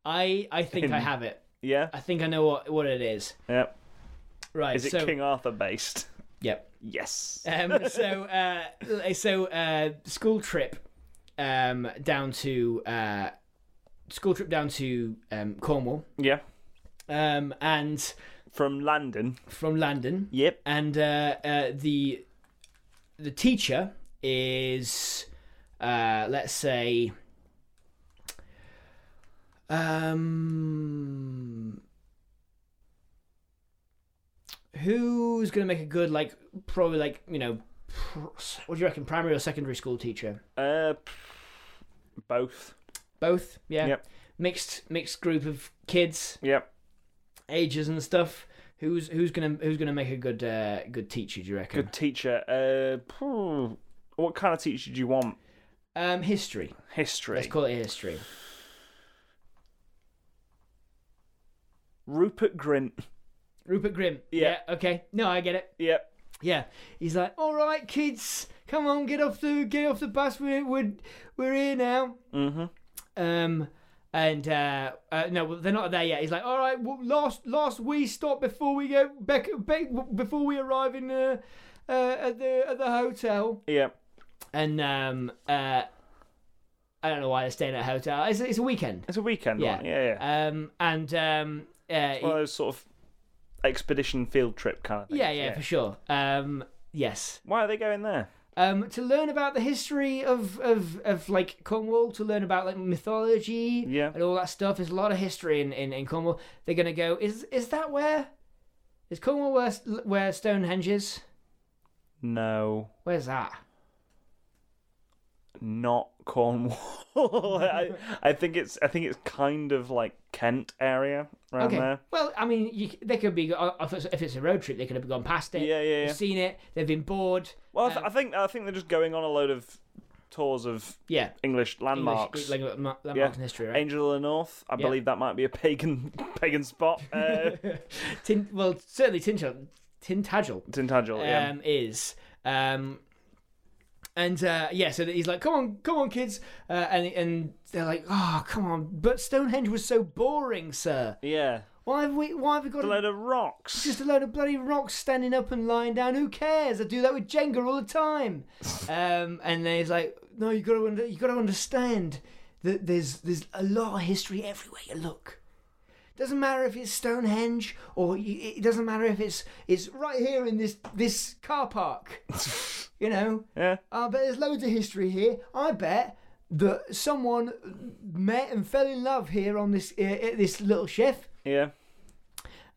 I I think I have it.
yeah.
I think I know what what it is.
Yep.
Right.
Is it
so,
King Arthur based?
Yep.
Yes.
Um, so uh, so uh, school trip um, down to uh, school trip down to um, Cornwall
yeah.
um, and
From London.
from London.
Yep.
and uh, uh, the the teacher is uh, let's say um who's gonna make a good like probably like you know pr- what do you reckon primary or secondary school teacher
Uh, p- both.
both yeah
Yep.
mixed mixed group of kids
Yep.
ages and stuff who's who's gonna who's gonna make a good uh, good teacher do you reckon
Good teacher. Uh, phew. what kind of teacher do you want?
um history
History.
Let's call it history.
Rupert Grint.
Rupert Grimm.
Yeah.
Okay. No, I get it.
Yep.
Yeah. He's like, all right, kids, come on, get off the get off the bus. We're we're, we're here now.
Mm-hmm.
Um. And uh, uh, no, well, they're not there yet. He's like, all right, well, last last we stop before we go back, back before we arrive in uh, uh, at the at the hotel.
Yep.
And um, uh, I don't know why they're staying at a hotel. It's, it's a weekend.
It's a weekend
Yeah.
one. Yeah. Yeah.
Um. And um. Uh,
One of those sort of expedition field trip kind of things.
yeah, yeah, for sure. Um. Yes.
Why are they going there?
um, to learn about the history of, of, of like Cornwall, to learn about like mythology
Yeah.
and all that stuff. There's a lot of history in, in, in Cornwall. They're gonna go. Is is that where? Is Cornwall where where Stonehenge is?
No,
Where's that?
not Cornwall. I, I think it's I think it's kind of like Kent area around
Okay.
there.
Well, I mean, you, c- they could be go- uh, if it's- if it's a road trip, they could have gone past it.
Yeah, yeah,
They've
yeah.
seen it. They've been bored.
Well, I, th-
Um,
I think I think they're just going on a load of tours of
Yeah.
English
English-
landmarks.
like, like, ma- landmarks
Yeah.
and history, right?
Angel of the North. I
Yeah.
believe that might be a pagan pagan spot. Uh,
Tin, well, certainly Tintagel. Tintagel.
Tintagel. Oh, Yeah.
um, is. Um, and uh, yeah, so he's like, "Come on, come on, kids," uh, and and they're like, "Oh, come on!" But Stonehenge was so boring, sir.
yeah.
Why have we? Why have we got
A
a,
load of rocks.
just a load of bloody rocks standing up and lying down? Who cares? I do that with Jenga all the time. um, and then he's like, "No, you got to under, you got to understand that there's there's a lot of history everywhere you look." Doesn't matter if it's Stonehenge or y- it doesn't matter if it's it's right here in this this car park. you know,
yeah.
I bet there's loads of history here. I bet that someone met and fell in love here on this uh, uh, this little chef.
Yeah.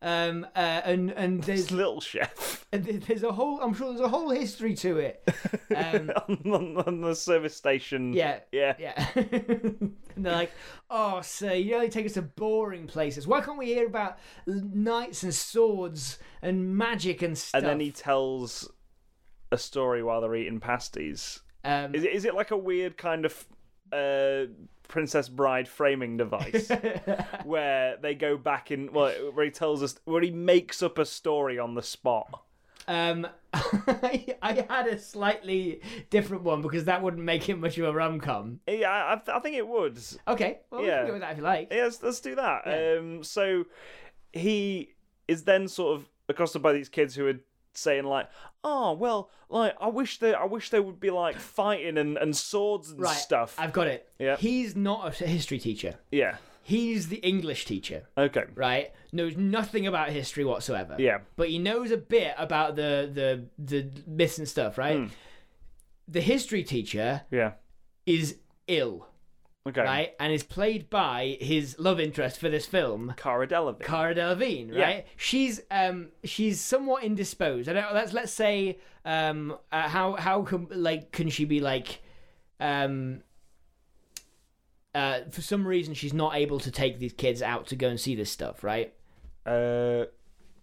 Um, uh, and and
It's
there's
Little Chef
and there- there's a whole I'm sure there's a whole history to it. Um,
on, on, on the service station.
yeah.
Yeah.
Yeah. and they're like, oh, sir, you only take us to boring places. Why can't we hear about knights and swords and magic and stuff?
And then he tells a story while they're eating pasties.
Um,
Is it, is it like a weird kind of uh, Princess Bride framing device where they go back in? Well, where he tells us, where he makes up a story on the spot.
um, I, I had a slightly different one because that wouldn't make it much of a rom com.
Yeah, I, I th- I think it would.
Okay, well, we
Yeah.
can go with that if you like.
Yeah, let's, let's do that.
Yeah.
Um, so he is then sort of accosted by these kids who are saying like, "Oh, well, like I wish they, I wish they would be like fighting and, and swords and
right,
stuff."
I've got it.
Yeah.
He's not a history teacher,
Yeah.
he's the English teacher,
Okay.
right? Knows nothing about history whatsoever.
Yeah.
but he knows a bit about the the the myths and stuff, right? The history teacher
Yeah.
is ill,
Okay.
right, and is played by his love interest for this film,
Cara Delevingne.
Cara Delevingne, right? She's um she's somewhat indisposed. I don't let's let's say um uh, how how can like can she be like um. Uh, for some reason, she's not able to take these kids out to go and see this stuff, right?
Uh,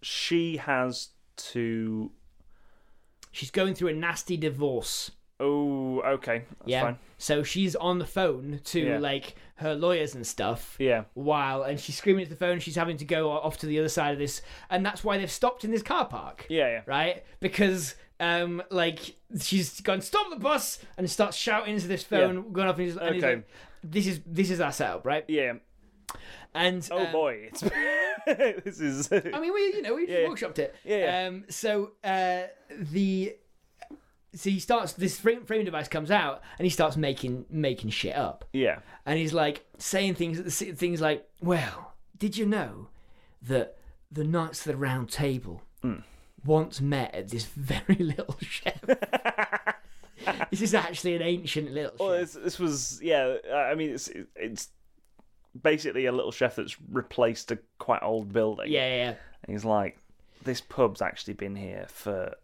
she has to.
She's going through a nasty divorce.
Oh, okay. That's
yeah.
fine.
So she's on the phone to
Yeah.
like her lawyers and stuff.
Yeah.
While and she's screaming at the phone, she's having to go off to the other side of this, and that's why they've stopped in this car park.
Yeah, yeah.
Right? Because um, like she's gone stop the bus and starts shouting into this
Yeah.
phone, going off and he's, and he's
Okay.
like, "This is this is our setup, right?"
Yeah.
And
Oh
um,
boy. It's... this is
I mean, we you know we
Yeah, yeah.
workshopped it.
Yeah, yeah.
Um. So uh, the so he starts this frame, frame device comes out and he starts making making shit up
Yeah.
and he's like saying things things like, "Well, did you know that the Knights of the Round Table once met at this very little ship?" this is actually an ancient little
Well,
ship.
this, this was yeah. I I mean, it's it's basically a little chef that's replaced a quite old building.
Yeah, yeah, yeah.
And he's like, this pub's actually been here for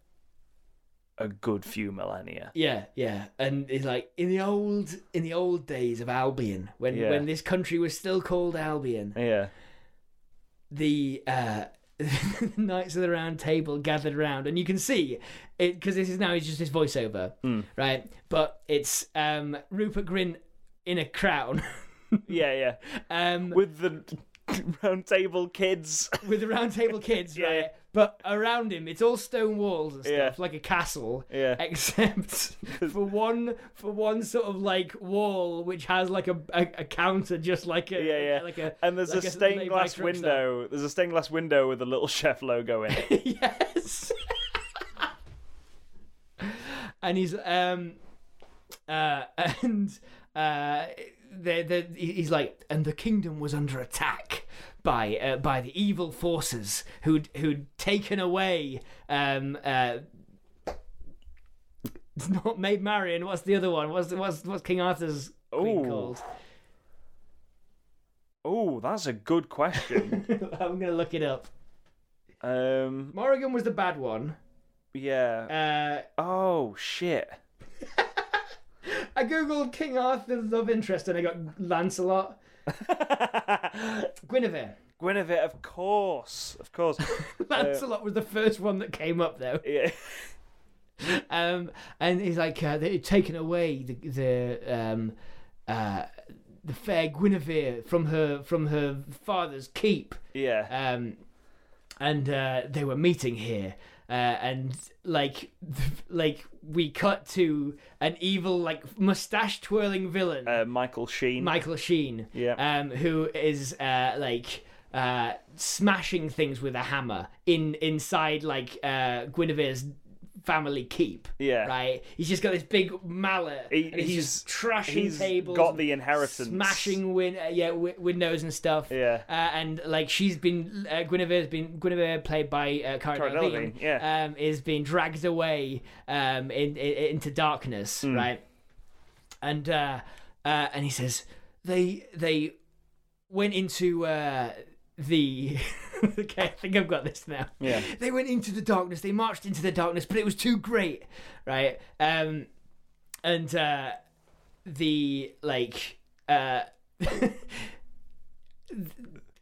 a good few millennia.
Yeah, yeah, and it's like in the old in the old days of Albion, when
Yeah.
when this country was still called Albion,
Yeah.
the uh, the knights of the round table gathered around, and you can see it because this is now it's just his voiceover,
Hmm.
right? But it's um, Rupert Grin in a crown,
Yeah, yeah.
um, with,
With the round table kids.
the round table kids,
Yeah,
right?
yeah.
But around him, it's all stone walls and stuff,
Yeah.
like a castle.
Yeah.
except for one for one sort of like wall which has like a a, a counter just like a
Yeah, yeah.
like a
And there's
like
a
like
stained glass
truck
window. There's a stained glass window with a little chef logo in it.
stop. yes and he's um uh and uh they they he's like and the kingdom was under attack by uh, by the evil forces who'd who'd taken away um uh it's not Maid Marian. What's the other one? What's what's what's King Arthur's queen
Ooh.
called?
oh, that's a good question.
I'm gonna look it up.
um,
Morrigan was the bad one.
yeah.
Uh,
Oh shit.
I googled King Arthur's love interest and I got Lancelot. Guinevere.
Guinevere, of course, of course.
Lancelot was the first one that came up though.
yeah.
Um, and he's like, uh, they've taken away the the um, uh, the fair Guinevere from her from her father's keep.
Yeah.
um, and uh, they were meeting here. Uh, and like, like we cut to an evil, like mustache twirling villain,
Uh, Michael Sheen.
Michael Sheen,
Yeah.
um, who is uh, like uh, smashing things with a hammer in inside like uh, Guinevere's family keep.
yeah.
Right, he's just got this big mallet.
He-
and he's,
he's-
just trashing
He's
tables,
got the inheritance.
smashing win, uh, yeah, w- windows and stuff
Yeah.
uh, and like she's been uh, Guinevere's been Guinevere played by uh, Cara,
Cara
Delevingne,
Delevingne, yeah.
um, is being dragged away um, in, in, into darkness, right? And uh, uh, and he says they they went into uh, the. okay, I think I've got this now.
Yeah.
They went into the darkness. They marched into the darkness, but it was too great, right? Um, and uh, the like. Uh,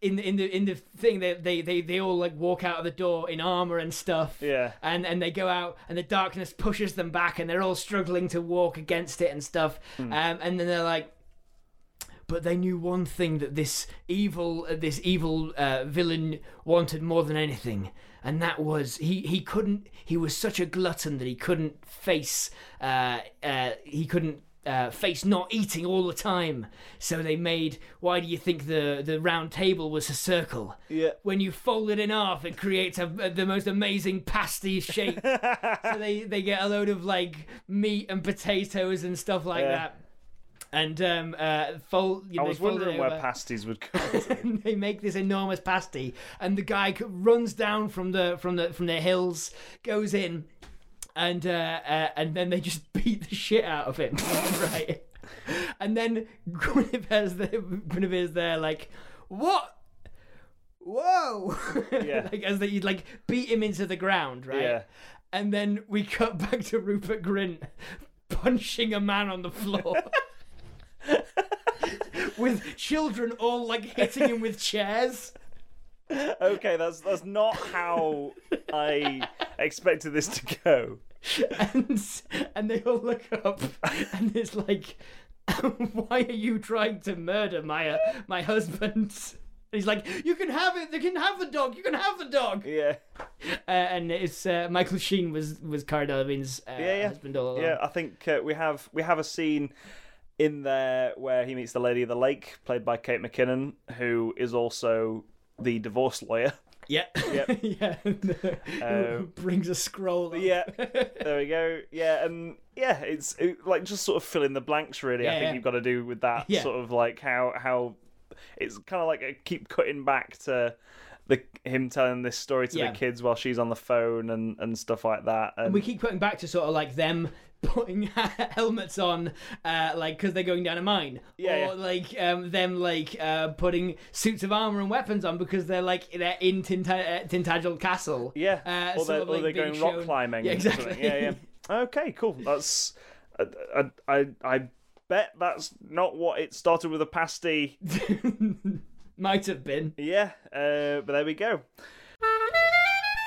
in the in the in the thing they they they, they all like walk out of the door in armor and stuff
Yeah.
and and they go out and the darkness pushes them back and they're all struggling to walk against it and stuff um and then they're like but they knew one thing that this evil uh, this evil uh, villain wanted more than anything and that was he he couldn't he was such a glutton that he couldn't face uh, uh, he couldn't uh, face not eating all the time so they made why do you think the the round table was a circle
Yeah.
when you fold it in half, it creates a, a- the most amazing pasty shape. so they, they get a load of like meat and potatoes and stuff like
Yeah.
that. And um, uh, fold. You
I
know,
was
they fold it
wondering where
over.
pasties would come.
And they make this enormous pasty, and the guy c- runs down from the from the from the hills, goes in, and uh, uh, and then they just beat the shit out of him, right? And then Guinevere's there, Guinevere's there, like, what? Whoa!
Yeah.
like as they you'd like beat him into the ground, right?
Yeah.
And then we cut back to Rupert Grint punching a man on the floor. with children all like hitting him with chairs.
okay, that's that's not how I expected this to go.
and and they all look up, and it's like, why are you trying to murder my uh, my husband? He's like, you can have it. They can have the dog. You can have the dog.
Yeah,
Uh, and it's uh, Michael Sheen was was Cara Delevingne's uh,
Yeah, yeah.
husband all along.
yeah. I think uh, we have we have a scene in there where he meets the Lady of the Lake, played by Kate McKinnon, who is also the divorce lawyer.
Yeah.
Yep.
yeah.
Uh,
brings a scroll. up.
Yeah, there we go. Yeah, and yeah, it's it, like just sort of fill in the blanks. Really, I
Yeah,
think
yeah.
you've got to do with that
Yeah.
sort of like how how it's kind of like a keep cutting back to the him telling this story to
Yeah.
the kids while she's on the phone and and stuff like that. And
We keep putting back to sort of like them putting helmets on, uh, like because they're going down a mine,
Yeah,
or
yeah.
like um, them like uh, putting suits of armor and weapons on because they're like they're in Tinta- uh, Tintagel Castle.
yeah,
uh,
or
sort
they're,
of,
or
like,
they're
being
going rock
shown-
climbing.
Yeah,
or something.
exactly.
Yeah, yeah. Okay, cool. That's I I I. I Bet that's not what it started with a pasty.
Might have been.
Yeah, uh, but there we go.